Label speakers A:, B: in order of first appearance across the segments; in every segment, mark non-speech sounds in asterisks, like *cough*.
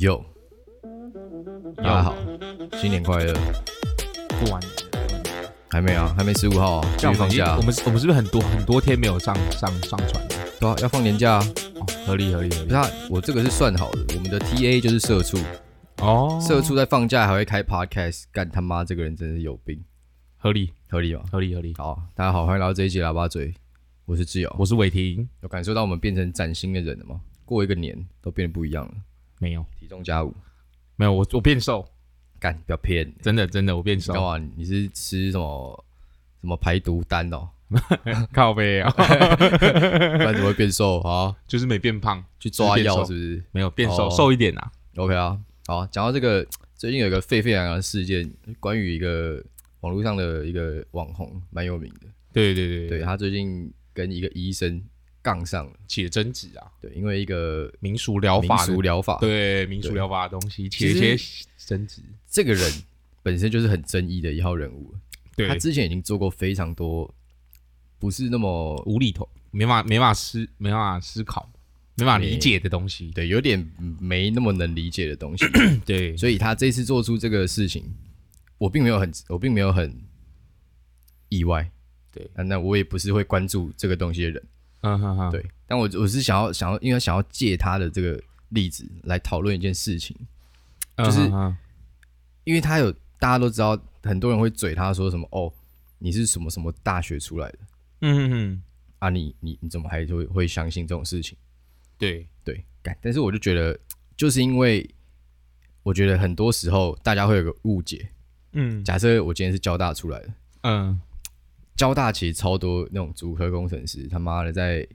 A: 哟，大家好，新年快乐！
B: 过完年了，
A: 还没啊，还没十五号啊，继
B: 这样
A: 续
B: 我们
A: 放
B: 已经
A: 假啊
B: 我，们我们是不是很多很多天没有上上上传了？
A: 对啊，要放年假啊。
B: 哦，合理合理合
A: 不是
B: 理。
A: 啊，我这个是算好的，我们的 TA 就是社畜，
B: 哦，
A: 社畜在放假还会开 podcast，干他妈这个人真是有病，
B: 合理
A: 合理吗？
B: 合理合理。
A: 好，大家好，欢迎来到这一集喇叭嘴，我是志友。
B: 我是伟霆，
A: 有感受到我们变成崭新的人了吗？过一个年都变得不一样了，
B: 没有
A: 体重加五，
B: 没有，我我变瘦，
A: 干不要骗，
B: 真的真的我变
A: 你干
B: 瘦，
A: 嘛？你是吃什么什么排毒丹哦？
B: 靠 *laughs* 背啊，
A: 不然怎么会变瘦啊？
B: 就是没变胖，
A: 去抓药
B: 就是
A: 不是
B: 没有变
A: 哦
B: 瘦，瘦一点啊。
A: ？OK 啊，好，讲到这个，最近有一个沸沸扬扬的事件，关于一个网络上的一个网红，蛮有名的。
B: 对对对啊
A: 对，他最近跟一个医生杠上了，
B: 起了争执啊，
A: 对，因为一个
B: 民俗疗
A: 民
B: 法的
A: 俗疗法，
B: 对民俗
A: 对
B: 疗法的东西起
A: 其
B: 了
A: 实
B: 一些争执，
A: 这个人本身就是很争议的一号人物了，
B: 对
A: 他之前已经做过非常多不是那么
B: 无厘头，没法没法思没办法思考，没办法理解的东西。
A: 对，有点没那么能理解的东西，
B: 对
A: 所以他这次做出这个事情，我并没有很，我并没有很意外。
B: 对
A: 啊，那我也不是会关注这个东西的人，
B: 嗯哼哼，
A: 对。但我我是想要想要，因为想要借他的这个例子来讨论一件事情，就是
B: 嗯哼哼
A: 因为他有大家都知道，很多人会嘴他说什么哦，你是什么什么大学出来的
B: 嗯哼哼，
A: 啊你，你你怎么还会会相信这种事情？
B: 对
A: 对，干，但是我就觉得，就是因为我觉得很多时候大家会有个误解，
B: 嗯
A: 假设我今天是交大出来的，
B: 嗯，
A: 交大其实超多那种主科工程师，他妈的在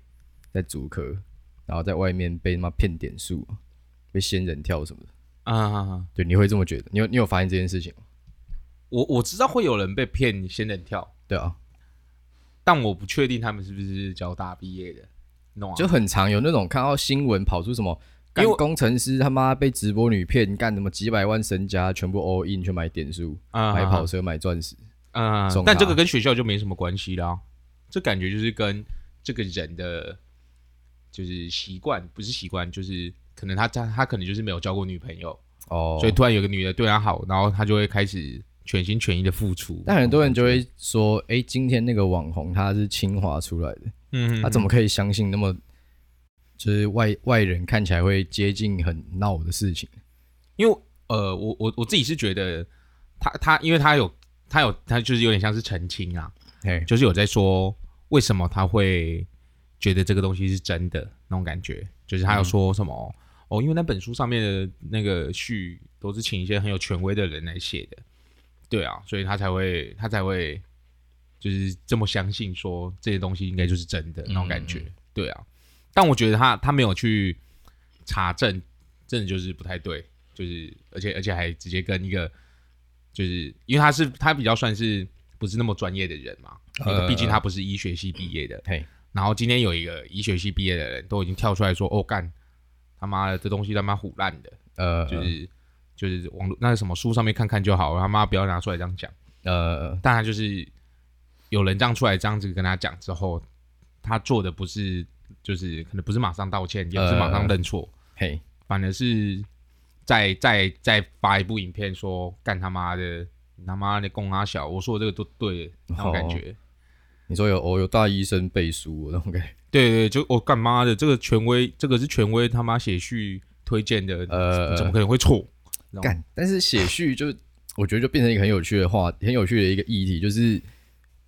A: 在主科，然后在外面被他妈骗点数，被仙人跳什么的。
B: 啊哈哈，
A: 对，你会这么觉得？你有你有发现这件事情吗？
B: 我我知道会有人被骗仙人跳，
A: 对啊，
B: 但我不确定他们是不是交大毕业的，你懂吗？
A: 就很常有那种看到新闻跑出什么。
B: 因
A: 干
B: 为我
A: 工程师他妈被直播女骗，干什么几百万身家，全部 all in 去买点数、
B: 啊
A: 买跑车、买钻石，
B: 嗯
A: 送，
B: 但
A: 他
B: 这个跟学校就没什么关系啦，这感觉就是跟这个人的就是习惯，不是习惯，就是可能他他他可能就是没有交过女朋友，
A: 哦，
B: 所以突然有个女的对他好，然后他就会开始全心全意的付出。
A: 但很多人就会说，诶，今天那个网红他是清华出来的，
B: 嗯，
A: 啊他怎么可以相信那么就是外外人看起来会接近很闹的事情？
B: 因为呃，我我我自己是觉得他他，因为他有他有他就是有点像是澄清啊，
A: 嘿，
B: 就是有在说为什么他会觉得这个东西是真的那种感觉，就是他有说什么、哦，因为那本书上面的那个序都是请一些很有权威的人来写的，对啊，所以他才会他才会就是这么相信说这些东西应该就是真的那种感觉，对啊，但我觉得他他没有去查证，真的就是不太对，就是而且而且还直接跟一个。就是因为他是他比较算是不是那么专业的人嘛，
A: 呃
B: 毕竟他不是医学系毕业的。
A: 嘿，
B: 然后今天有一个医学系毕业的人都已经跳出来说：“哦，干他妈的，这东西他妈虎烂的，
A: 呃，
B: 就是就是网络那个什么书上面看看就好，他妈不要拿出来这样讲。
A: 呃”，
B: 但他就是有人这样出来这样子跟他讲之后，他做的不是就是可能不是马上道歉，也不
A: 呃
B: 是马上认错，
A: 嘿，
B: 反而是再再再发一部影片说干他妈的，你他妈的供他小，我说的这个都对的那种感觉。
A: 你说有哦，有大医生背书那种感觉，
B: 对对，就我干妈的，这个权威，这个是权威他妈写序推荐的，
A: 呃
B: 怎么可能会错？
A: 干，
B: *laughs*
A: 但是写序就我觉得就变成一个很有趣的话，很有趣的一个议题，就是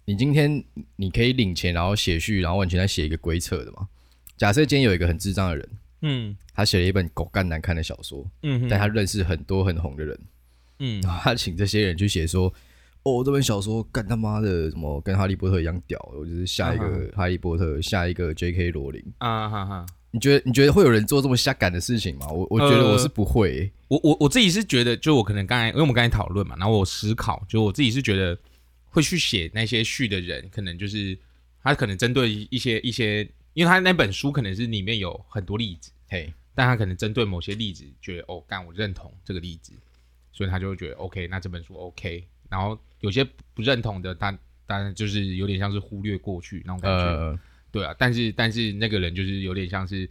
A: 你今天你可以领钱，然后写序，然后完全在写一个鬼扯的嘛。假设今天有一个很智障的人，
B: 嗯
A: 他写了一本狗干难看的小说，
B: 嗯哼
A: 但他认识很多很红的人，
B: 嗯
A: 然后他请这些人去写说，哦，这本小说干他妈的什么跟哈利波特一样屌，我就是下一
B: 嗯
A: 个哈利波特，下一个 J.K. 罗琳。
B: 啊哈哈，
A: 你觉得你觉得会有人做这么瞎感的事情吗？我我觉得
B: 呃
A: 我是不会欸、
B: 我我我自己是觉得，就我可能刚才，因为我们刚才讨论嘛，然后我思考，就我自己是觉得会去写那些序的人，可能就是他可能针对一些一些，因为他那本书可能是里面有很多例子。
A: 嘿，
B: 但他可能针对某些例子，觉得哦，干我认同这个例子，所以他就会觉得 OK，那这本书 OK。然后有些不认同的，他当然就是有点像是忽略过去那种感觉，
A: 呃，
B: 对啊。但是但是那个人就是有点像是，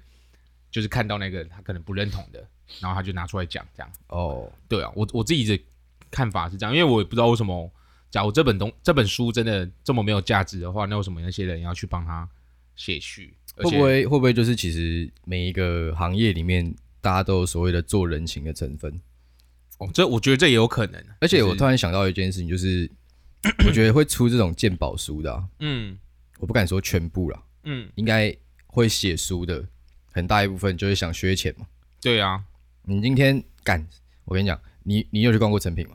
B: 就是看到那个他可能不认同的，然后他就拿出来讲这样。
A: 哦，
B: 对啊，我我自己的看法是这样，因为我也不知道为什么，假如这本东这本书真的这么没有价值的话，那为什么那些人要去帮他写序？而
A: 会
B: 且
A: 不会会不会就是其实每一个行业里面，大家都有所谓的做人情的成分？
B: 哦，这我觉得这也有可能。
A: 而且
B: 就是
A: 我突然想到一件事情，就是 *coughs* 我觉得会出这种鉴宝书的啊、
B: 嗯
A: 我不敢说全部啦，
B: 嗯，
A: 应该会写书的很大一部分就是想削钱嘛。
B: 对啊，
A: 你今天干，我跟你讲，你你有去逛过成品吗？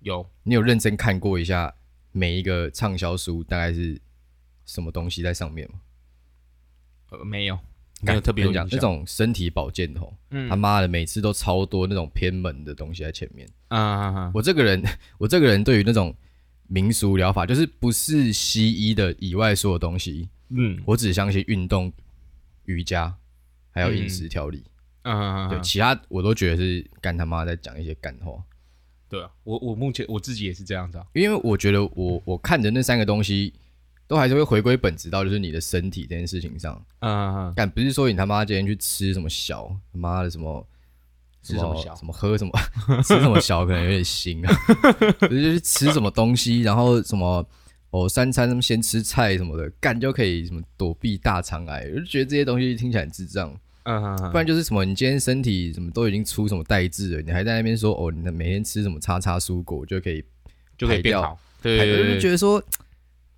B: 有
A: 你有认真看过一下每一个畅销书大概是什么东西在上面吗？
B: 呃没有没有特别
A: 我跟
B: 有
A: 你讲
B: 印
A: 那
B: 象
A: 种身体保健的哦，
B: 嗯
A: 他妈的每次都超多那种偏门的东西在前面。
B: 啊啊啊
A: 我这个人， *laughs* 我这个人对于那种民俗疗法，就是不是西医的以外所有东西，
B: 嗯
A: 我只相信运动、瑜伽，还有饮食调理。
B: 啊啊啊
A: 对，
B: 啊
A: 其他我都觉得是干他妈在讲一些干话，
B: 对啊，我我目前我自己也是这样子啊。
A: 因为我觉得我我看的那三个东西，都还是会回归本质到就是你的身体这件事情上。
B: 嗯嗯
A: 干不是说你他妈今天去吃什么小他妈的什么。
B: 吃什么小
A: 什么喝什么 *laughs* 吃什么小，可能有点腥啊。 *laughs* 不是就是吃什么东西，然后什么哦三餐他们先吃菜什么的，干就可以什么躲避大肠癌，我就觉得这些东西听起来很智障。
B: 嗯嗯
A: 不然就是什么，你今天身体什么都已经出什么代志了，你还在那边说哦，你每天吃什么叉叉蔬果就可以
B: 就可以变
A: 排掉
B: 好。
A: 排
B: 对
A: 掉，
B: 对
A: 我
B: 对
A: 就
B: 对，
A: 觉得说，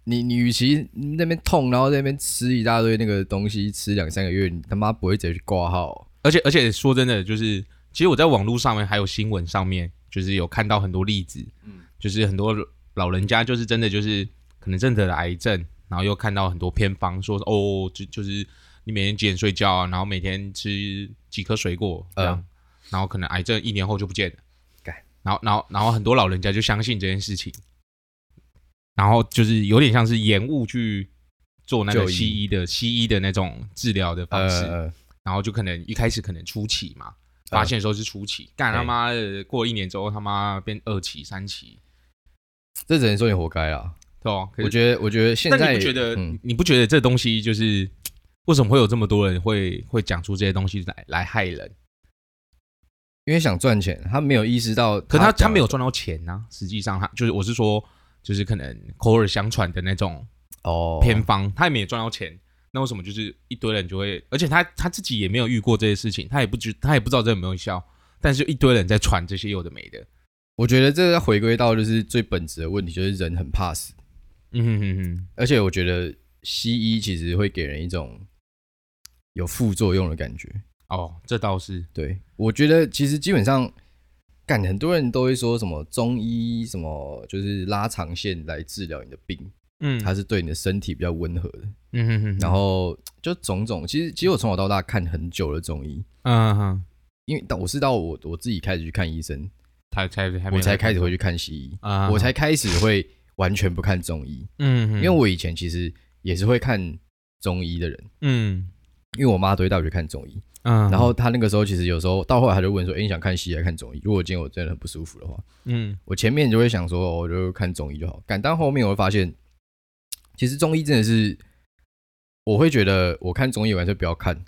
A: 你你与其那边痛，然后在那边吃一大堆那个东西，吃两三个月，你他妈不会直接去挂号。
B: 而且而且说真的，就是其实我在网络上面还有新闻上面，就是有看到很多例子，
A: 嗯
B: 就是很多老人家就是真的就是可能真的得了癌症，然后又看到很多偏方说哦，就就是你每天几点睡觉啊，然后每天吃几颗水果，
A: 啊
B: 这样，然后可能癌症一年后就不见了
A: 干。
B: 然后，然后，然后很多老人家就相信这件事情，然后就是有点像是延误去做那个
A: 就医
B: 西医的西医的那种治疗的方式，
A: 呃，
B: 然后就可能一开始可能初期嘛，
A: 呃
B: 发现的时候是初期，干、他
A: 对
B: 妈的过一年之后他妈变二期、三期，
A: 这只能说你活该啦。
B: 对吧？
A: 我
B: 得，
A: 觉得，我觉得现
B: 但
A: 在
B: 你不觉得、
A: 嗯
B: 你不觉得这东西就是为什么会有这么多人会会讲出这些东西来来害人？
A: 因为想赚钱，他没有意识到，
B: 可他他
A: 讲
B: 没有赚到钱呐、实际上他就是我是说，就是可能口耳相传的那种
A: 哦
B: 偏方，他也没有赚到钱。那为什么就是一堆人就会，而且他他自己也没有遇过这些事情，他也不知他也不知道这有没有效，但是一堆人在传这些有的没的，
A: 我觉得这要回归到就是最本质的问题，就是人很怕死，
B: 嗯哼哼哼，
A: 而且我觉得西医其实会给人一种有副作用的感觉。
B: 哦，这倒是，
A: 对，我觉得其实基本上，干很多人都会说什么中医什么就是拉长线来治疗你的病，
B: 嗯
A: 它是对你的身体比较温和的。
B: 嗯哼哼，
A: 然，后就种种，其实其实我从小到大看很久的中医，
B: 嗯哼，
A: 因为但我是到我我自己开始去看医生，
B: 他才还没
A: 我才开始会去看西医，
B: 啊，
A: 我才开始会完全不看中医，
B: 嗯，
A: 因为我以前其实也是会看中医的人，
B: 嗯
A: 因为我妈都会带我去看中医，
B: 嗯，
A: 然后她那个时候其实有时候到后来她就问说，哎、你想看西医还是看中医？如果今天我真的很不舒服的话，
B: 嗯
A: 我前面就会想说，哦我就看中医就好。但但后面我会发现，其实中医真的是，我会觉得我看中医，我还是不要看。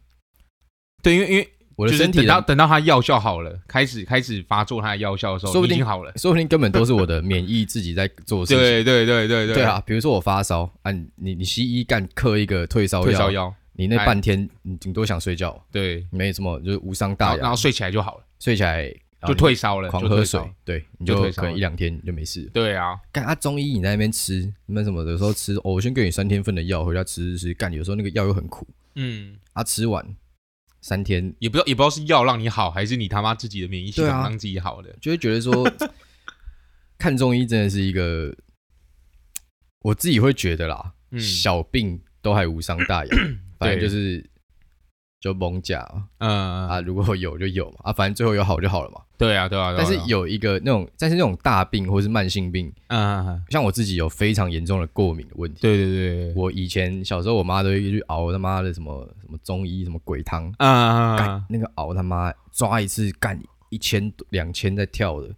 B: 对，因为因为
A: 我
B: 就
A: 的
B: 是
A: 身体啊
B: 等到
A: 的，
B: 等到他药效好了，开始开始发作他的药效的时候，
A: 说不定
B: 已经好了，
A: 说不定根本都是我的免疫自己在做事情。
B: *laughs* 对对对对
A: 对，啊，比如说我发烧啊，你你你西医干嗑一个退烧
B: 退烧
A: 药，
B: 药，哎
A: 你那半天你顶多想睡觉，
B: 对，
A: 没什么就是无伤
B: 然
A: 大
B: 后然
A: 雅
B: 后，睡起来就好了，
A: 睡起来然后
B: 就
A: 你
B: 退烧了，
A: 狂
B: 就
A: 喝
B: 退烧
A: 水，对，你
B: 就
A: 就
B: 退烧
A: 可能一两天你就没事了。
B: 对啊，
A: 干啊，中医你在那边吃，那什么的时候吃，哦，我先给你三天份的药，回家吃吃吃。干，有时候那个药又很苦，
B: 嗯，
A: 啊，吃完三天
B: 也不知道也不知道是药让你好，还是你他妈自己的免疫系统
A: 对啊
B: 让自己好的，
A: 就会觉得
B: *laughs*
A: 说，看中医真的是一个，我自己会觉得啦，
B: 嗯
A: 小病都还无伤大雅，
B: *clears throat*
A: 反正就是就蒙假嘛
B: 嗯，
A: 啊，如果有就有嘛，啊，反正最后有好就好了嘛。
B: 对啊对啊，对啊
A: 但是，
B: 对啊
A: 有一个那种，但是那种大病或是慢性病，
B: 嗯，嗯嗯
A: 像我自己有非常严重的过敏的问题。
B: 对对对对，
A: 我以前小时候，我妈都会去熬他妈的什么什么中医什么鬼汤，
B: 嗯嗯嗯
A: 干、
B: 嗯，
A: 那个熬他妈抓一次干一千两千在跳的，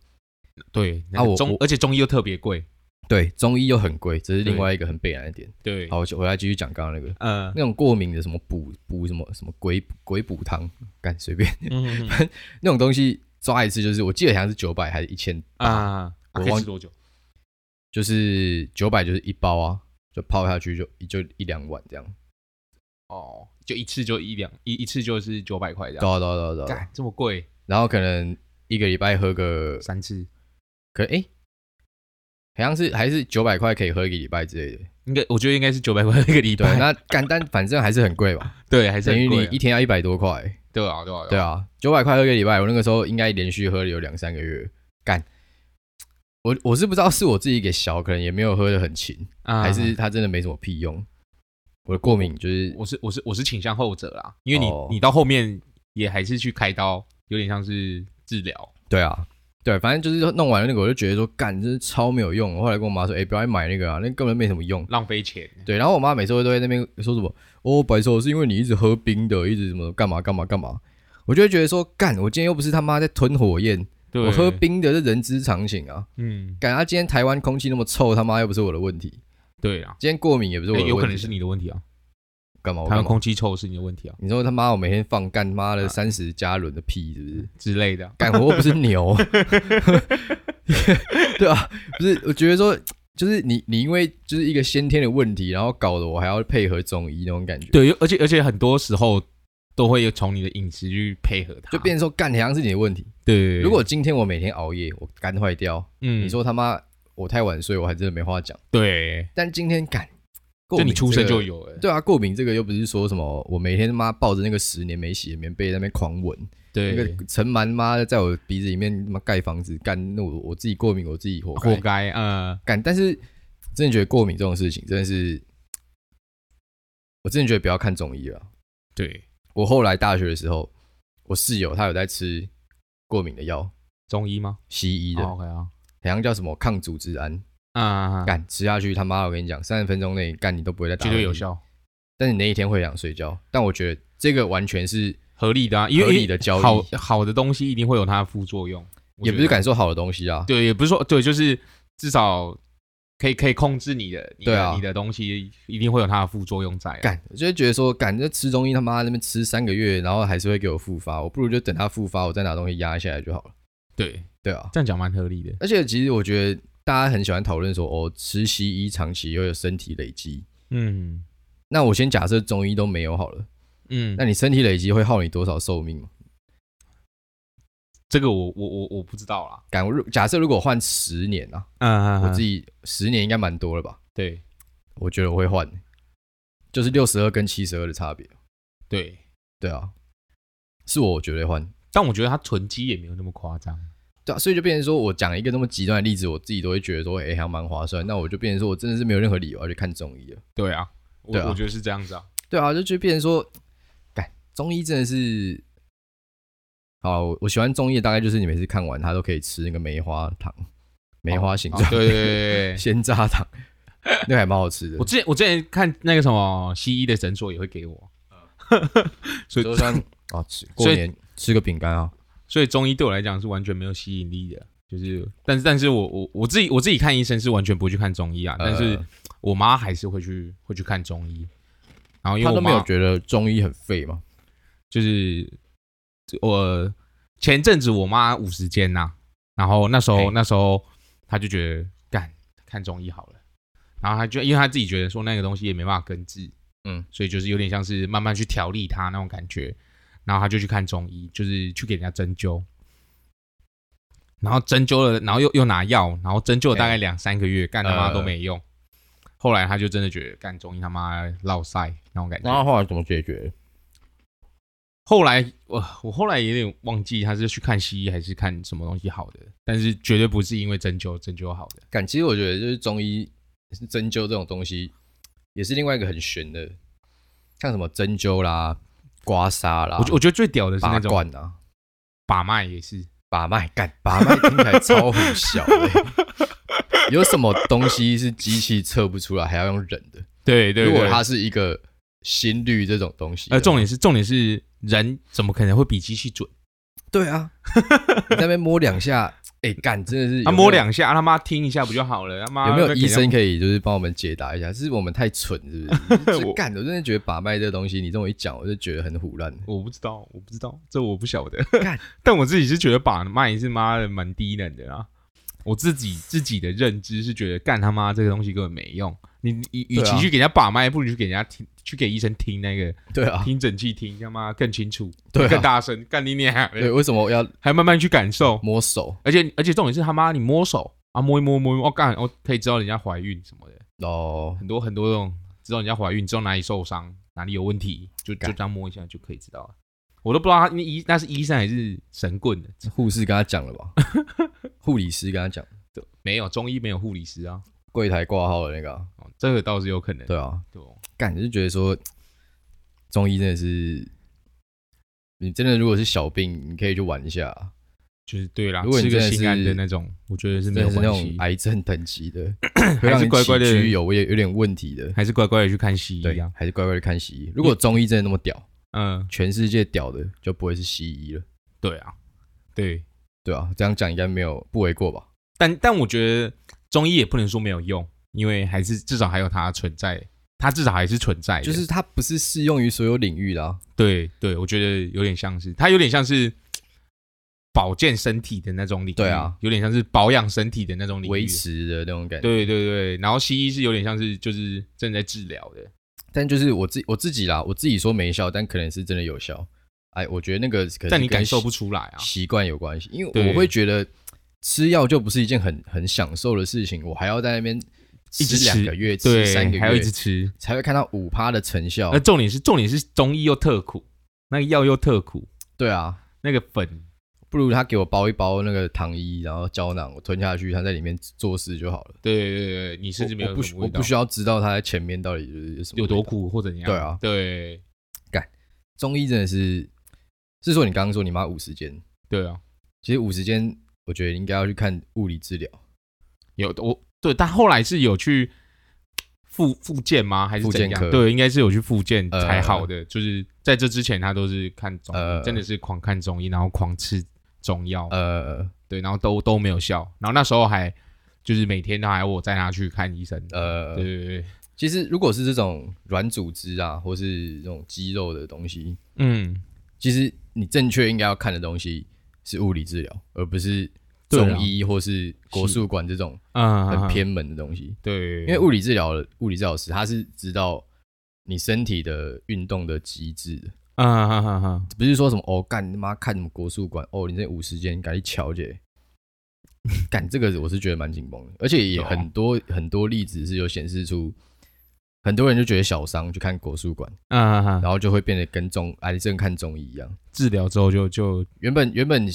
B: 对，
A: 啊
B: 那
A: 我
B: 个中
A: 我
B: 而且中医又特别贵，
A: 对，中医又很贵，这是另外一个很悲哀的点。
B: 对，
A: 好，我就回来继续讲刚刚那个
B: 呃，
A: 那种过敏的什么补补什么什么鬼鬼补汤，干随便 *laughs*
B: 嗯
A: 那种东西抓一次就是，我记得好像是九百还是一千八，
B: *laughs* 啊，
A: 我
B: 可以
A: 忘
B: 吃多久？
A: 就是九百就是一包啊，就泡下去就就一两碗这样。
B: 哦，就一次就一两一一次就是九百块这
A: 对
B: 样，
A: 啊对啊对啊对啊对啊，
B: 干这么贵，
A: 然后可能一个礼拜喝个，
B: 三次
A: 可哎、好像是还是九百块可以喝一个礼拜之类的。
B: 应该我觉得应该是九百块一个礼
A: 对，啊
B: 拜，
A: 那干但反正还是很贵吧，
B: 对，还是
A: 等于
B: 很
A: 你
B: 贵
A: 一
B: 啊
A: 天要一百多块。
B: 对啊对啊
A: 对
B: 啊，
A: 啊，九百块喝一个礼拜，我那个时候应该连续喝了有两三个月。干，我我是不知道是我自己给小，可能也没有喝的很勤，
B: 啊
A: 还是它真的没什么屁用。我的过敏就是
B: 我是我是我是倾向后者啦，因为你、
A: 哦
B: 你到后面也还是去开刀，有点像是治疗。
A: 对啊，对，反正就是弄完了那个，我就觉得说干，真是超没有用。我后来跟我妈说，哎、不要去买那个啊，那根本没什么用。
B: 浪费钱，
A: 对，然后我妈每次都会在那边说什么，哦，白寿是因为你一直喝冰的，一直什么干嘛干嘛干嘛。我就会觉得说，干，我今天又不是他妈在吞火焰，
B: 对
A: 我喝，冰的是人之常情啊。
B: 嗯，
A: 感觉今天台湾空气那么臭，他妈又不是我的问题。
B: 对啊，
A: 今天过敏也不是我的
B: 诶
A: 问题，
B: 有可能是你的问题啊，
A: 干嘛？我
B: 台湾
A: 干嘛？
B: 空啊气臭是你的问题啊
A: 你说他妈我每天放干妈的三十加仑的屁是不是？
B: 之类的啊、
A: 干我又不是牛， *laughs* 对啊，不是，我觉得说就是你你因为就是一个先天的问题，然后搞得我还要配合中医那种感觉，，
B: 对，而且而且很多时候都会从你的饮食去配合它，
A: 就变成说干好像是你的问题。
B: 对对。对
A: 如果今天我每天熬夜，我肝坏掉，
B: 嗯
A: 你说他妈我太晚睡，我还真的没话讲。
B: 对，
A: 但今天干，过
B: 就
A: 敏
B: 你出
A: 这
B: 生
A: 个
B: 就有哎、
A: 对啊，过敏这个又不是说什么，我每天他妈抱着那个十年没洗的棉被在那边狂闻，那
B: 对，
A: 个尘螨妈在我鼻子里面他妈盖房子干，那我我自己过敏，我自己活
B: 活
A: 该
B: 该，嗯、
A: 干。但是真的觉得过敏这种事情真的是，我真的觉得不要看中医了。
B: 对，
A: 我后来大学的时候，我室友他有在吃过敏的药，
B: 中医吗？
A: 西医的，
B: 哦、OK 啊，
A: 好像叫什么抗组织胺，
B: 啊、
A: 干吃下去他妈我跟你讲，三十分钟内干你都不会再打
B: 绝对
A: 喷嚏
B: 有，效，
A: 但你那一天会想睡觉。但我觉得这个完全是。
B: 合理的啊，因为
A: 合理的交易
B: 好好的东西一定会有它的副作用，我
A: 也
B: 觉
A: 不是
B: 得
A: 敢说好的东西啊。
B: 对，也不是说对，就是至少可以可以控制你的，你的
A: 对啊
B: 你的东西一定会有它的副作用在啊。
A: 干，我就会觉得说，干这吃中医他妈那边吃三个月，然后还是会给我复发，我不如就等它复发，我再拿东西压下来就好了。
B: 对，
A: 对啊，
B: 这样讲蛮合理的。
A: 而且其实我觉得大家很喜欢讨论说，哦，吃西医长期会有身体累积。
B: 嗯
A: 那我先假设中医都没有好了，
B: 嗯，
A: 那你身体累积会耗你多少寿命嘛？
B: 这个我我我我不知道啦。
A: 敢如假设如果换十年啊，
B: 嗯
A: 我自
B: 己
A: 己十年应该蛮多了吧？
B: 对
A: 我觉得我会换，就是六十二跟七十二的差别。
B: 对，
A: 对啊，是我我绝对换。
B: 但我觉得它囤积也没有那么夸张。
A: 对啊，所以就变成说我讲一个那么极端的例子，我自己都会觉得说，哎、还蛮划算。那我就变成说我真的是没有任何理由要去看中医了。
B: 对啊，我
A: 对啊
B: 我觉得是这样子啊。
A: 对啊，就就变成说，干中医真的是，好，啊我我喜欢中医的大概就是你每次看完他都可以吃那个梅花糖，梅花形状、
B: 啊对对对
A: *laughs*
B: 对对。
A: 鲜榨糖，那个还蛮好吃的
B: 我。之前我之前看那个什么西医的诊所也会给我，所
A: *laughs*
B: 以
A: 就算啊，吃过
B: 所以
A: 年吃个饼干啊，
B: 所以中医对我来讲是完全没有吸引力的。就是，但是但是我我我自己我自己看医生是完全不会去看中医啊，但是
A: 呃
B: 我妈还是会去会去看中医，然后因
A: 他
B: 为我
A: 都没有
B: 妈
A: 觉得中医很废嘛。
B: 就是我前阵子我妈五十肩呐，然后那时
A: 嘿
B: 候那时候她就觉得干看中医好了，然后她就因为她自己觉得说那个东西也没办法根治，
A: 嗯，
B: 所以就是有点像是慢慢去调理她那种感觉，然后她就去看中医，就是去给人家针灸，然后针灸了，然后又又拿药，然后针灸了大概两三个月，干他妈
A: 哎呃
B: 都没用。后来她就真的觉得干中医他妈落塞那种感觉，
A: 然后后来怎么解决？
B: 后来我我后来也有点忘记他是去看西医还是看什么东西好的，但是绝对不是因为针灸针灸好的。
A: 感其实我觉得就是中医针灸这种东西，也是另外一个很玄的，像什么针灸啦、刮痧啦、
B: 我觉我觉得最屌的是
A: 拔
B: 那种
A: 罐啊、
B: 把脉也是，
A: 把脉干，把脉听起来超虎小的、欸 *laughs* 有什么东西是机器测不出来，还要用人的？
B: 对对
A: 如果
B: 对。
A: 它是一个心率这种东西，
B: 呃，重点是重点是人怎么可能会比机器准？
A: 对啊，你在那边摸两下，哎、干，真的是有
B: 他
A: 没
B: 摸
A: 有
B: 两下，啊他妈听一下不就好了？他妈
A: 有没有
B: 啊那给
A: 医
B: 人
A: 生可以就是帮我们解答一下？是我们太蠢是不
B: *laughs*
A: 是就是？
B: 我
A: 干，我真的觉得把脉这个东西，你这么一讲，我就觉得很胡
B: *laughs*
A: 乱。
B: 我不知道，我不知道，这我不晓得
A: 干。
B: *laughs* 但我自己是觉得把脉是妈的蛮低能的啦。我自己自己的认知是觉得干他妈这个东西根本没用。你与与
A: 对啊
B: 其去给人家把脉，不如去给人家听，去给医生听那个
A: 对啊，
B: 听诊器听，他妈更清楚，
A: 对啊
B: 更大声，干你娘！
A: 对，为什么要
B: 还慢慢去感受，
A: 摸手？
B: 而且而且重点是他妈你摸手啊，摸一摸摸一摸，哦干，我、可以知道人家怀孕什么的，
A: 哦，
B: 很多很多这种知道人家怀孕，知道哪里受伤，哪里有问题，就就
A: 干
B: 这样摸一下就可以知道了。我都不知道他那医那是医生还是神棍
A: *laughs*
B: 的，
A: 护士跟他讲了吧？
B: *laughs*
A: 护理师跟他讲，
B: 没有中医没有护理师啊，
A: 柜台挂号的那个啊、
B: 哦这个倒是有可能。
A: 对啊，
B: 对哦，
A: 干，就觉得说中医真的是，你真的如果是小病，你可以去玩一下啊，
B: 就是对啦，
A: 如果你
B: 吃个
A: 真的
B: 心安
A: 是
B: 的那种，我觉得是
A: 真
B: 没有
A: 的是那
B: 关
A: 种
B: 系， *laughs*
A: 癌症等级的，会
B: 还
A: 让
B: 是
A: 你
B: 乖乖
A: 起居
B: 的，
A: 有也有点问题的。
B: 还是乖乖的去看西医
A: 对
B: 啊。，
A: 还是乖乖的看西医。如果中医真的那么屌，
B: 嗯，
A: 全世界屌的就不会是西医了，
B: 对啊，对，
A: 对啊，这样讲应该没有不为过吧？
B: 但但我觉得中医也不能说没有用，因为还是至少还有它存在，它至少还是存在的。
A: 就是它不是适用于所有领域的、啊，
B: 对对，我觉得有点像是，它有点像是保健身体的那种领域，
A: 对啊，
B: 有点像是保养身体的那种领域。
A: 维持的那种感觉。
B: 对对对，然后西医是有点像是就是正在治疗的，
A: 但就是我自我自己啦，我自己说没效，但可能是真的有效。哎，我觉得那个可能
B: 但
A: 是
B: 你感
A: 跟
B: 受
A: 习
B: 不出来啊。
A: 习惯有关系，因为
B: 对
A: 我会觉得吃药就不是一件很很享受的事情，我还要在那边
B: 一直吃
A: 两个月，吃三个
B: 对，还要一
A: 月哦
B: 直吃。
A: 才会看到五趴的成效
B: 那。重点是重点是中医又特苦，那个药又特苦，
A: 对啊，
B: 那个粉
A: 不如他给我包一包那个糖衣，然后胶囊，我吞下去，他在里面做事就好了。
B: 对对对对，你甚至没
A: 我我
B: 有
A: 不
B: 什
A: 需
B: 么
A: 我
B: 味道
A: 不需要知道他在前面到底就是什么
B: 有多
A: 味道。
B: 苦或者怎样。
A: 对啊
B: 对
A: 中医真的是，是说你刚刚说你妈五十间，
B: 对啊，
A: 其实五十间我觉得应该要去看物理治疗，
B: 有我对，但后来是有去复复健吗？还是
A: 复
B: 怎
A: 健
B: 样？
A: 科
B: 对，应该是有去复健
A: 呃
B: 才好的。就是在这之前，他都是看中医，
A: 呃
B: 真的是狂看中医，然后狂吃中药，
A: 呃
B: 对，然后都都没有效。然后那时候还就是每天都还我带他去看医生。对
A: 呃，
B: 对对，
A: 其实如果是这种软组织啊，或是这种肌肉的东西，
B: 嗯，
A: 其实你正确应该要看的东西是物理治疗，而不是
B: 对啊
A: 中医或是国术馆这种
B: 啊，
A: 很偏门的东西。
B: 对，
A: 因为物理治疗的物理治疗师他是知道你身体的运动的机制的，
B: 啊哈哈哈，
A: 不是说什么哦干你妈看什么国术馆哦，你这五十间赶紧瞧姐， *laughs* 干这个我是觉得蛮紧绷的，而且也
B: 对啊
A: 很多、很多例子是有显示出。很多人就觉得小伤去看国术馆，
B: 啊哈哈，
A: 然后就会变得跟中癌症看中医一样。
B: 治疗之后就就
A: 原本原本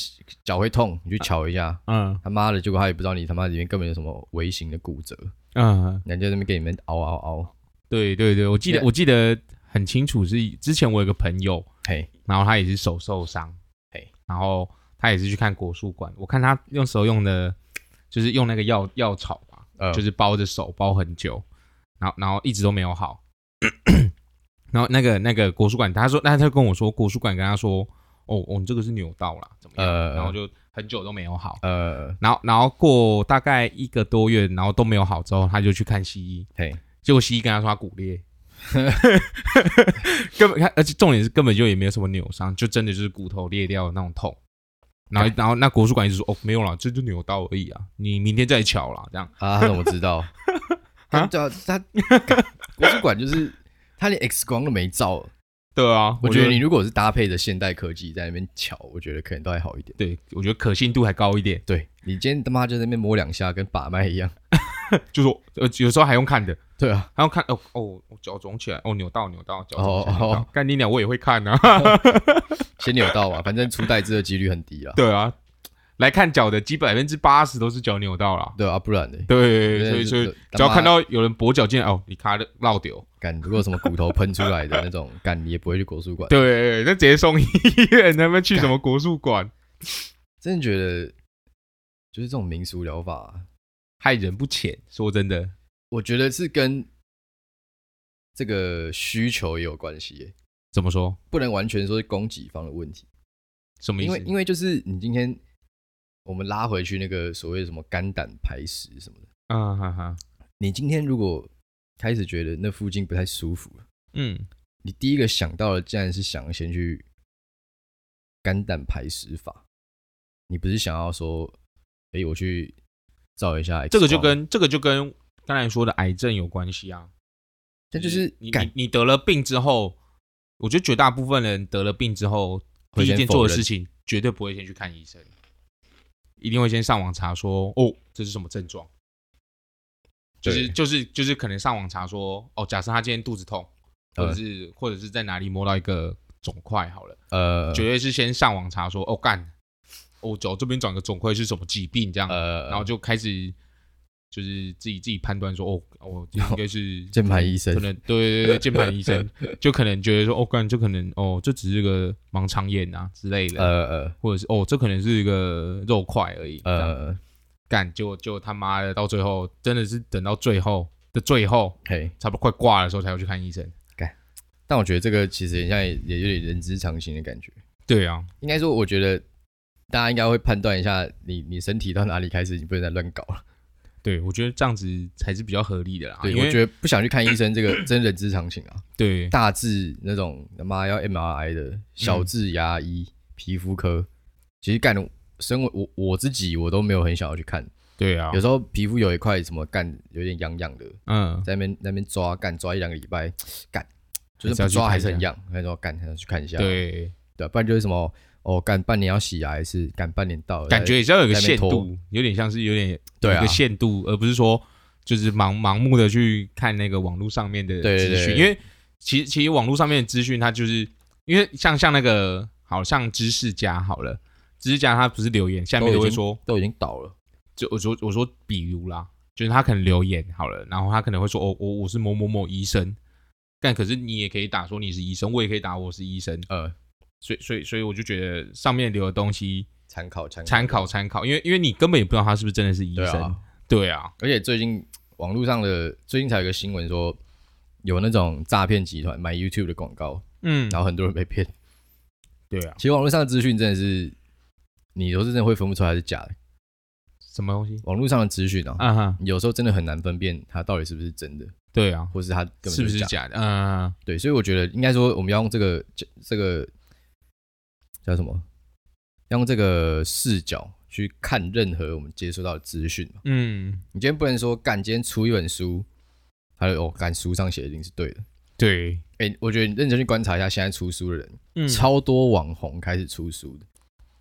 A: 脚会痛，你去瞧一下，
B: 嗯
A: 他妈的，结果他也不知道你他妈里面根本有什么微型的骨折，
B: 嗯，
A: 人家在那边给你们熬熬熬，
B: 对对对，我记得
A: Yeah
B: 我记得很清楚，是之前我有个朋友，
A: 嘿，
B: 然后他也是手受伤，
A: 嘿，
B: 然后他也是去看国术馆，我看他用手用的，就是用那个药药草嘛，
A: 呃，
B: 就是包着手包很久，然后然后一直都没有好， *clears throat* 然后那个那个国术馆，他说，那他就跟我说，国术馆跟他说，哦哦，你这个是扭到了，怎么样？
A: 呃
B: 然后就很久都没有好，
A: 呃，
B: 然后然后过大概一个多月，然后都没有好之后，他就去看西医，
A: 嘿，
B: 结果西医跟他说他骨裂， *laughs* 根本他而且重点是根本就也没有什么扭伤，就真的就是骨头裂掉的那种痛。然后然后那国术馆一直说哦没有啦，这就扭到而已啊，你明天再瞧啦，这样。
A: *laughs* 啊，他怎么知道？他叫他国术馆就是他连 X 光都没照。
B: 对啊，
A: 我觉得你如果是搭配着现代科技在那边瞧，我觉得可能都还好一点。
B: 对，我觉得可信度还高一点，
A: 对你今天他妈就在那边摸两下，跟把脉一样。
B: 就是我呃有时候还用看的，
A: 对啊，
B: 还用看哦哦我脚肿起来，哦扭到扭到脚肿起来，
A: 哦哦
B: 扭到干你鸟我也会看啊， *laughs*
A: 先扭到吧，反正出代字的几率很低啦。
B: 对啊，来看脚的基本百分之八十都是脚扭到了，
A: 对啊，不然呢？
B: 对，所以
A: 对
B: 所以
A: 对
B: 只要看
A: 他
B: 到有人跛脚进来，哦你卡的绕丢。
A: 干，如果有什么骨头喷出来的那种，干你也不会去国术馆。
B: 对，那直接送医院，他们去什么国术馆，
A: 真的觉得就是这种民俗疗法啊、
B: 害人不浅。说真的，
A: 我觉得是跟这个需求也有关系耶，
B: 怎么说？
A: 不能完全说是供给方的问题。
B: 什么意
A: 因
B: 思？
A: 为因为就是你今天，我们拉回去那个所谓什么肝胆排石什么的，
B: 嗯哈哈，
A: 你今天如果开始觉得那附近不太舒服了，
B: 嗯，
A: 你第一个想到的竟然是想先去肝胆排石法，你不是想要说，哎、我去照一下 X 光，
B: 这个就跟这个就跟刚才说的癌症有关系啊。
A: 这就是
B: 你
A: 感
B: 你你得了病之后，我觉得绝大部分人得了病之后，第
A: 会
B: 一
A: 先
B: 件做的
A: 否认
B: 事情绝对不会先去看医生，一定会先上网查说哦这是什么症状，就是
A: 对
B: 就是就是可能上网查说哦，假设他今天肚子痛，或者是、或者是在哪里摸到一个肿块好了，
A: 呃
B: 绝对是先上网查说哦干，哦脚这边长个肿块是什么疾病这样，
A: 呃，
B: 然后就开始。就是自己自己判断说，哦，哦，这应该是
A: *laughs* 键盘医生
B: 可能对对对，键盘医生就可能觉得说，哦，干，这可能哦，这只是个盲肠炎啊之类的，
A: 呃呃
B: 或者是哦，这可能是一个肉块而已。呃，
A: 呃，
B: 干，结果结果他妈的到最后，真的是等到最后的最后，
A: 嘿，
B: 差不多快挂的时候才要去看医生。
A: 但我觉得这个其实现在也也有点人之常情的感觉。
B: 对啊，
A: 应该说，我觉得大家应该会判断一下你你身体到哪里开始，你不能再乱搞了。
B: 对，我觉得这样子才是比较合理的啦。
A: 对，
B: 啊因
A: 我
B: 为哎
A: 觉得不想去看医生，这
B: *coughs*
A: 个真人之常情啊。
B: 对
A: 大致那种他妈要 MRI 的，小智牙医、皮肤科，其实干的，身为我我自己，我都没有很想要去看。
B: 对啊
A: 有，时候皮肤有一块什么干，有点痒痒的，
B: 嗯，
A: 在那边那边抓干抓一两个礼拜，干就是
B: 还是要
A: 不
B: 去
A: 抓
B: 看
A: 还
B: 一
A: 是很啊
B: 下
A: 痒，还是要干还是要去看一下。
B: 对，
A: 对，不然就是什么哦，干半年要洗牙一次，干半年到了，
B: 感觉也是要有一个
A: 在那边拖
B: 限度，有点像是有点
A: 对啊
B: 有一个限度，而不是说就是盲盲目的去看那个网络上面的
A: 对对
B: 资讯，
A: 对
B: 因为其实其实网络上面的资讯，它就是因为像像那个好像知识家好了，知识家他不是留言下面都
A: 都已
B: 会
A: 经
B: 说，
A: 都已经倒了。
B: 就我说我说比如啦，就是他可能留言好了，然后他可能会说哦我我是某某某医生，但可是你也可以打说你是医生，我也可以打我是医生，
A: 呃，
B: 所以所以所以我就觉得上面留的东西
A: 参考参考
B: 参考参考，因为因为你根本也不知道他是不是真的是医
A: 对
B: 生。
A: 啊，
B: 对啊，
A: 而且最近网络上的最近才有个新闻说，有那种诈骗集团买 YouTube 的广告，
B: 嗯，
A: 然后很多人被骗。
B: 对啊，
A: 其实网络上的资讯真的是，你有时候真的会分不出来是假的。
B: 什么东西？
A: 网络上的资讯啊，
B: 啊哈，
A: 有时候真的很难分辨它到底是不是真的，
B: 对啊，
A: 或是它根本
B: 是不
A: 就是假的
B: 假的？嗯，
A: 对，所以我觉得应该说我们要用这个这这个叫什么，要用这个视角去看任何我们接收到的资讯嘛。
B: 嗯，
A: 你今天不能说干，今天出一本书，还有哦，干书上写的一定是对的。
B: 对，
A: 哎、我觉得你认真去观察一下现在出书的人，
B: 嗯，
A: 超多网红开始出书的，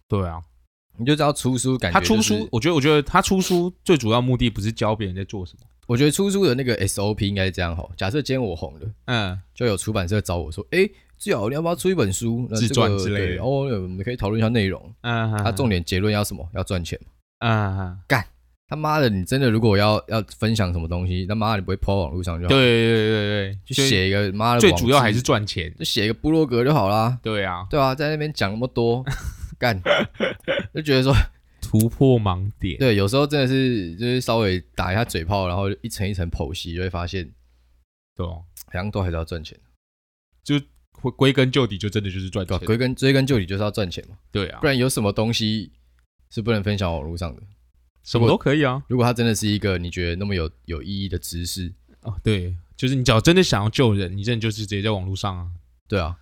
B: 对啊。
A: 你就知道出书感觉、
B: 他
A: 就是、
B: 出书，，我觉得，我觉得他出书最主要目的不是教别人在做什么，
A: 我觉得出书的那个 SOP 应该是这样吼。假设今天我红了，
B: 嗯，
A: 就有出版社找我说，哎、志尧你要不要出一本书？那
B: 自
A: 这
B: 传
A: 个
B: 之类
A: 对
B: 的
A: 哦，我们可以讨论一下内容。
B: 嗯，
A: 他重点结论要什么？要赚钱。
B: 嗯，
A: 他妈的，你真的如果要要分享什么东西，他妈的你不会抛网络上就
B: 对
A: 好，
B: 对对对
A: 就
B: 对，
A: 写一个妈的
B: 最
A: 网
B: 主要
A: 志
B: 还是赚钱，
A: 就写一个部落格就好啦，
B: 对啊，
A: 对啊，在那边讲那么
B: *laughs*
A: 多，干，就觉得说，
B: 突破盲点，
A: 对，有时候真的是就是稍微打一下嘴炮，然后一层一层剖析，就会发现
B: 对哦，
A: 好像都还是要赚钱，
B: 归归根究底就真的就是赚
A: 对啊吧？，
B: 钱
A: 归根追根究底就是要赚钱嘛，
B: 对啊
A: 不，然有什么东西是不能分享网络上的？
B: 什么都可以啊，
A: 如果它真的是一个你觉得那么有有意义的知识，
B: 哦，对，就是你只要真的想要救人，你真的就是直接在网络上啊，
A: 对啊，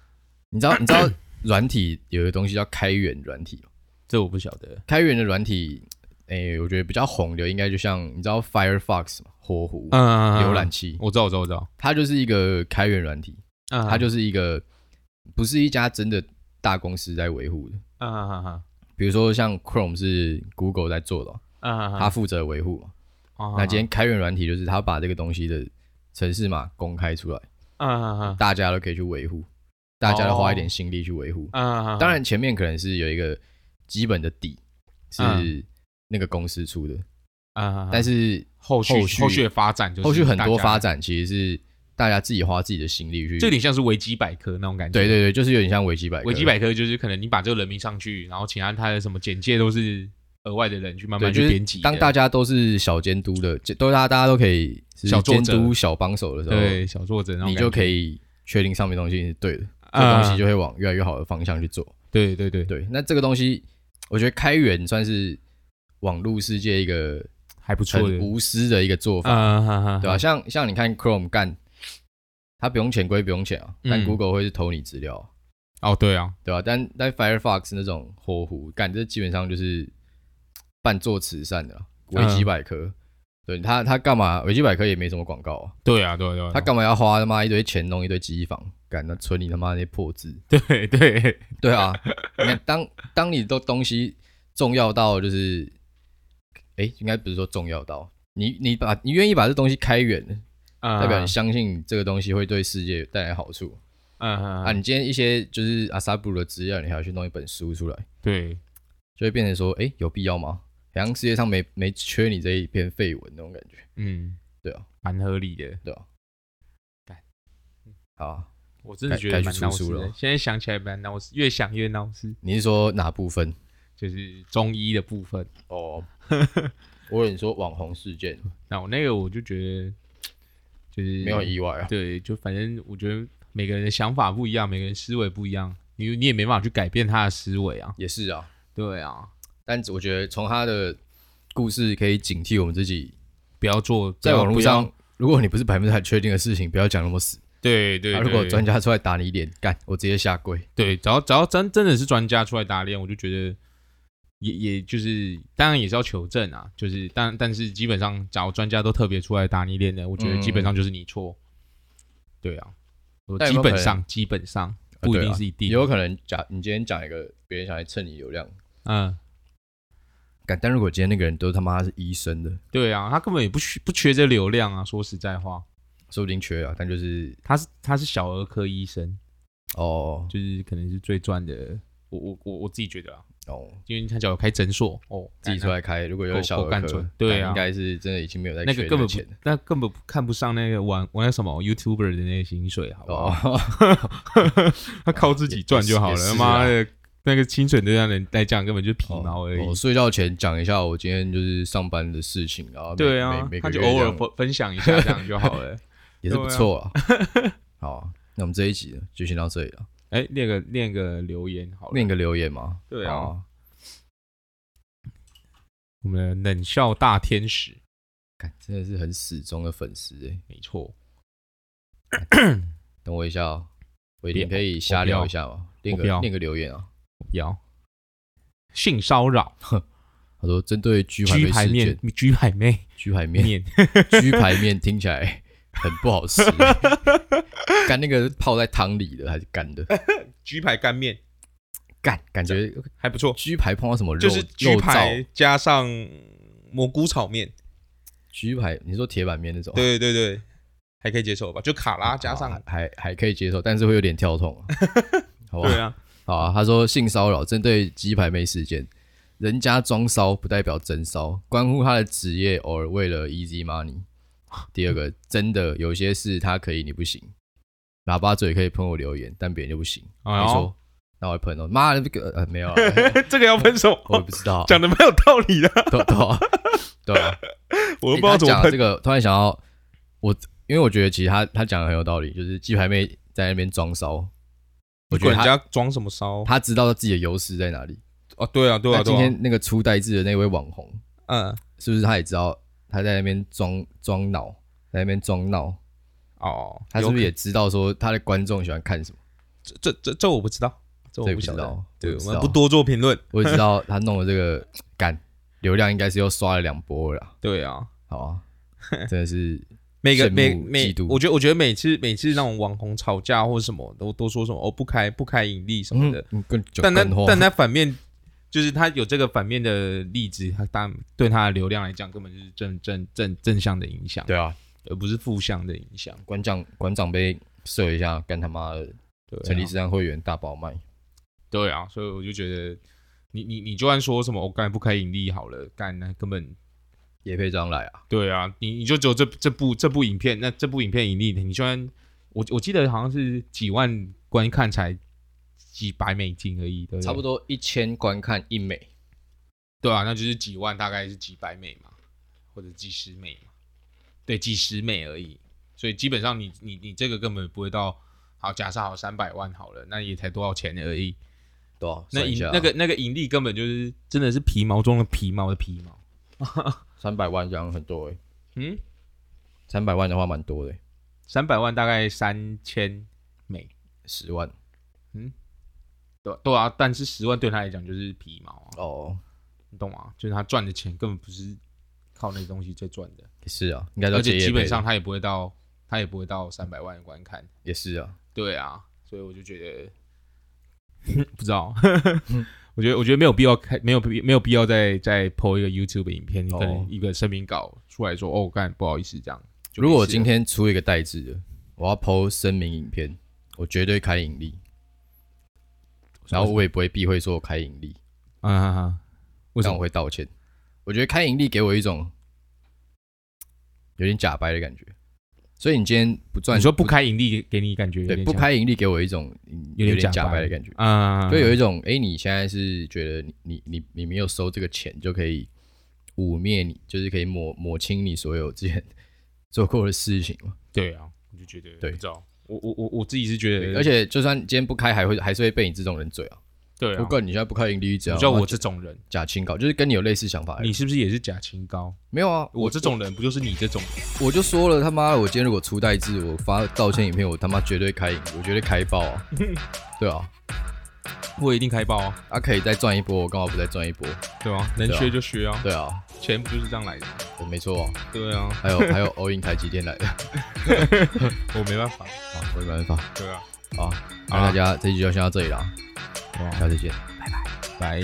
A: 你
B: *coughs*
A: 知道你知道软体有个东西叫开源软体吗
B: 这我不晓得，
A: 开源的软体，诶、我觉得比较红的应该就像你知道 Firefox 嘛，火狐、
B: 嗯，
A: 浏览，器，
B: 我知道，我知道，我知道，
A: 它就是一个开源软体，
B: 嗯，
A: 它就是一个不是一家真的大公司在维护的。
B: 嗯嗯嗯
A: 比如说像 Chrome 是 Google 在做的嘛，
B: 嗯，
A: 它负责维护嘛。
B: 啊
A: 那今天开源软体就是它把这个东西的城市码公开出来，
B: 啊
A: 大家都可以去维护，大家都花一点心力去维护。
B: 啊
A: 当然前面可能是有一个基本的底
B: 嗯
A: 是那个公司出的，
B: 啊
A: 但
B: 是
A: 是
B: 后续
A: 后续
B: 后续的发展就是
A: 后续很多发
B: 展，
A: 展其实是大家自己花自己的心力去。
B: 这有点像是维基百科那种感觉。
A: 对对对，就是有点像维基百科。
B: 维基百科就是可能你把这个人名上去，然后其他他的什么简介都是额外的人去慢
A: 对，
B: 慢
A: 就
B: 去
A: 是
B: 编辑的。
A: 当大家都是小监督的，都大家大家都可以是
B: 小作
A: 监
B: 者
A: 督小帮手的时候，
B: 对小作者那种
A: 你
B: 感
A: 就
B: 觉，
A: 可以确定上面东西是对的，这
B: 啊
A: 个东西就会往越来越好的方向去做。
B: 对对对
A: 对，那这个东西我觉得开源算是网络世界一个
B: 还不错
A: 很
B: 的，
A: 无私的一个做法，
B: 嗯哈哈，
A: 对吧、啊像像你看 Chrome 干，它不用钱归不用钱啊，但
B: 嗯
A: Google 会是投你资料啊、
B: 哦，对啊，
A: 对吧、但但 Firefox 那种火狐，干这基本上就是半做慈善的啦，维基百科。对他，他干嘛？维基百科也没什么广告啊，
B: 对啊，对啊，对啊，
A: 他干嘛要花他妈一堆钱弄一堆记忆房？干那存你他妈那些破字。
B: 对对，
A: 对啊，你看，当当你的东西重要到就是，哎、应该不是说重要到你你把你愿意把这东西开源，代
B: 代
A: 表你相信这个东西会对世界带来好处、
B: 嗯
A: 啊。
B: 嗯，
A: 你今天一些就是阿萨布鲁的资料，你还要去弄一本书出来。
B: 对，
A: 就会变成说，哎、有必要吗？好像世界上没没缺你这一篇废文那种感觉，
B: 嗯，
A: 对啊，
B: 蛮合理的。
A: 对吧、
B: 干
A: 好啊，
B: 我真的
A: 该
B: 觉得
A: 该
B: 蛮
A: 去出
B: 闹
A: 书
B: 事
A: 了
B: 的，现在想起来蛮闹事，越想越闹事，
A: 你是说哪部分？
B: 就是中医的部分。
A: 哦， *laughs* 我跟你说网红事件，
B: 那我那个我就觉得就是
A: 没有很意外啊。
B: 对，就反正我觉得每个人的想法不一样，每个人思维不一样，你你也没办法去改变他的思维啊。
A: 也是啊，
B: 对啊，
A: 但我觉得从他的故事可以警惕我们自己，
B: 不要做
A: 在网络，
B: 不要
A: 上，如果你不是百分之百确定的事情，不要讲那么死。
B: 对对
A: 啊
B: 对，
A: 如果专家出来打你脸，干，我直接下跪。
B: 对，只要只要真真的是专家出来打脸，我就觉得也也就是当然也是要求证啊，就是但但是基本上，假如专家都特别出来打你脸的，我觉得基本上就是你错。对啊，我
A: 嗯但有
B: 基
A: 没有
B: 本
A: 可能
B: 上基本上不一
A: 对
B: 定
A: 啊
B: 是一定，
A: 也有可能假，你今天讲一个，别人想来蹭你流量，
B: 嗯，
A: 干。但如果今天那个人都他妈是医生的，
B: 对啊，他根本也不缺不缺这流量啊，说实在话。
A: 说不定缺啊，但就是
B: 他是他是小儿科医生，
A: 哦
B: 就是可能是最赚的。我我我我自己觉得啊，
A: 哦，
B: 因为他只要有开诊所哦，
A: 自己出来开，如果有
B: 够
A: 小
B: 够
A: 儿
B: 干
A: 科
B: 脆，对
A: 那
B: 啊
A: 应该是真的已经没有在
B: 那
A: 缺
B: 个根本不
A: 钱了。
B: 那根本不看不上那个玩玩什么 YouTuber 的那个薪水，好不好？
A: 哦，
B: 他靠自己赚就好
A: 也是
B: 了，
A: 也是
B: 他妈
A: 啊
B: 的，那个薪水对他人来讲根本就皮毛而已。
A: 我睡觉前讲一下我今天就是上班的事情，然后每
B: 对啊
A: 每每，
B: 他
A: 个
B: 就
A: 月
B: 偶
A: 这
B: 尔
A: 样
B: 分分享一下这样就好 *laughs* 了。
A: 也是不错啊。好，那我们这一集就先到这里了，
B: 哎，念个念个留言好了，
A: 念个留言嘛。
B: 对啊
A: 好，
B: 我们的冷笑大天使，
A: 看真的是很死忠的粉丝哎。
B: 没错，
A: 等我一下哦，我一定
B: 别
A: 可以瞎
B: 我不要
A: 聊一下嘛，念
B: 我
A: 个
B: 不要
A: 念个留言啊。
B: 要性骚扰，
A: 他说针对居
B: 居
A: 排
B: 牌
A: 妹事
B: 面
A: 件，，
B: 居牌妹
A: 居排面
B: 面，
A: 居排面听起来很不好吃，干那个泡在汤里的还是干
B: 呃
A: 的？
B: 居牌干面
A: 干感觉
B: 还不错，
A: 居排碰到什么肉
B: 就是居
A: 肉
B: 牌
A: 燥？
B: 加上蘑菇炒面，
A: 居排，你说铁板面那种，哦
B: 对对对，还可以接受吧？就卡拉加上
A: 好，还还可以接受，但是会有点跳
B: *laughs*
A: 痛啊，好吧
B: 对？啊，
A: 好啊，他说性骚扰针对鸡排妹事件，人家装骚不代表真骚，关乎他的职业，偶尔为了 easy money。第二个，真的有些事他可以，你不行。喇叭嘴可以喷我留言，但别人就不行。
B: 哎呦
A: 你说，那我会喷哦，妈的，这个呃
B: *laughs*
A: 没有啊，
B: *laughs* 这个要分手，
A: 我也不知道
B: *laughs* ，讲的蛮有道理的，
A: *laughs* 对对啊对啊，
B: 我都
A: 欸
B: 不知道
A: 他
B: 怎么
A: 讲的这
B: 喷。
A: 个，突然想到我，因为我觉得其实他他讲的很有道理，就是鸡排妹在那边装
B: 哦
A: 骚，我觉得
B: 管人
A: 他
B: 家装什么骚
A: 他知道自己的优势在哪里。
B: 啊？对啊，对
A: 那
B: 啊，
A: 今
B: 对啊，
A: 天那个初代制的那位网红，
B: 嗯，
A: 是不是他也知道他在那边装装脑，在那边装闹？
B: 哦，
A: 他是不是也
B: 有
A: 知道说他的观众喜欢看什么？
B: 可这这这我不知道，这我
A: 这也
B: 不
A: 不
B: 晓
A: 知
B: 得
A: 道，
B: 对，
A: 我也
B: 我
A: 不知
B: 们
A: 道
B: 不多做评论。
A: 我也知道他弄了这个干流量，应该是又刷了两波了啦，
B: 对啊，
A: 好啊，
B: *laughs*
A: 真的是
B: 每
A: 羡
B: 个
A: 慕
B: 每每
A: 嫉妒，
B: 我觉得我觉得每次每次那种网红吵架或者什么，都都说什么哦不开不开盈利什么
A: 嗯
B: 的，
A: 嗯更
B: 但那
A: 更火
B: 但那反面就是他有这个反面的例子，他当然对他的流量来讲，根本就是正正正正向的影响，
A: 对啊，
B: 而不是负向的影响。
A: 馆长馆长被射一下，干他妈的
B: 对、啊，
A: 成立智商会员大爆卖，
B: 对啊，所以我就觉得你你你就算说什么我、哦、干不开盈利好了，干那根本
A: 也配这样来啊？
B: 对啊，你你就只有这这部这部影片，那这部影片盈利，你就算我我记得好像是几万观看才几百美金而已，对不对？啊
A: 差不多一千观看一美，
B: 对啊，那就是几万，大概是几百美嘛，或者几十美嘛，对，几十美而已。所以基本上你你你这个根本不会到，好，假设好三百万好了，那也才多少钱而已。
A: 对啊，
B: 那
A: 算一
B: 盈
A: 下
B: 那个那个盈利根本就是真的是皮毛中的皮毛的皮毛。
A: 三百万这样很多哎、欸，
B: 嗯，
A: 三百万的话蛮多的欸、
B: 三百万大概三千美，
A: 十万
B: 对对啊，但是十万对他来讲就是皮毛啊，
A: 哦，
B: 你懂吗？就是他赚的钱根本不是靠那东西在赚的，
A: 也是啊，应该都
B: 而
A: 接
B: 且
A: 业
B: 基
A: 配
B: 本
A: 的
B: 上他也不会到他也不会到三百万的观看。
A: 也是啊，
B: 对啊，所以我就觉得
A: *laughs*
B: 不知道，
A: 嗯
B: *laughs* 我觉得我觉得没有必要开，没有必没有必要再再 po 一个 YouTube 影片，
A: 哦
B: 可能一个声明稿出来说哦，干不好意思这样。就啊没
A: 如果我
B: 事
A: 今
B: 了
A: 天出一个代制的，我要 PO 声明影片，我绝对开盈利，然后我也不会避讳说我开盈利，
B: 啊啊啊，为什
A: 但我
B: 么？
A: 会道歉。我觉得开盈利给我一种有点假掰的感觉，所以你今天不赚，
B: 你说不开盈利给你感觉有
A: 对
B: 点
A: 不
B: 像
A: 开盈利给我一种嗯
B: 有点
A: 点
B: 假
A: 假
B: 掰
A: 的感觉，
B: 啊，
A: 就有一种哎、诶你现在是觉得你你你你没有收这个钱就可以污蔑你，就是可以抹抹清你所有之前做过的事情嘛。
B: 对啊，我就觉得
A: 对
B: 不知道，我我我我自己是觉
A: 对
B: 得，
A: 而且就算今天不开，还会还是会被你这种人嘴啊。
B: 对啊，
A: 不过你现在不开盈利，只要
B: 你知道我这种人，
A: 假清高，就是跟你有类似想法的人。
B: 你是不是也是假清高？
A: 没有啊？
B: 我这种人不就是你这种人？
A: 我就说了他妈的，我今天如果出代志，我发道歉影片，我他妈绝对开赢，我绝对开爆
B: *laughs*
A: 啊！对啊，
B: 我一定开爆啊，
A: 啊可以再赚一波，我干嘛不再赚一波？
B: 对啊，能
A: 对啊
B: 学就学啊，
A: 对啊，
B: 钱不就是这样来的？
A: 没错、啊，
B: 对啊，
A: 还有还有欧印台积电来的，啊，
B: 我没办法，
A: 我没办法
B: 对啊，
A: 啊。那
B: 好啊
A: 大家这一集就先到这里了，下次见。
B: 拜。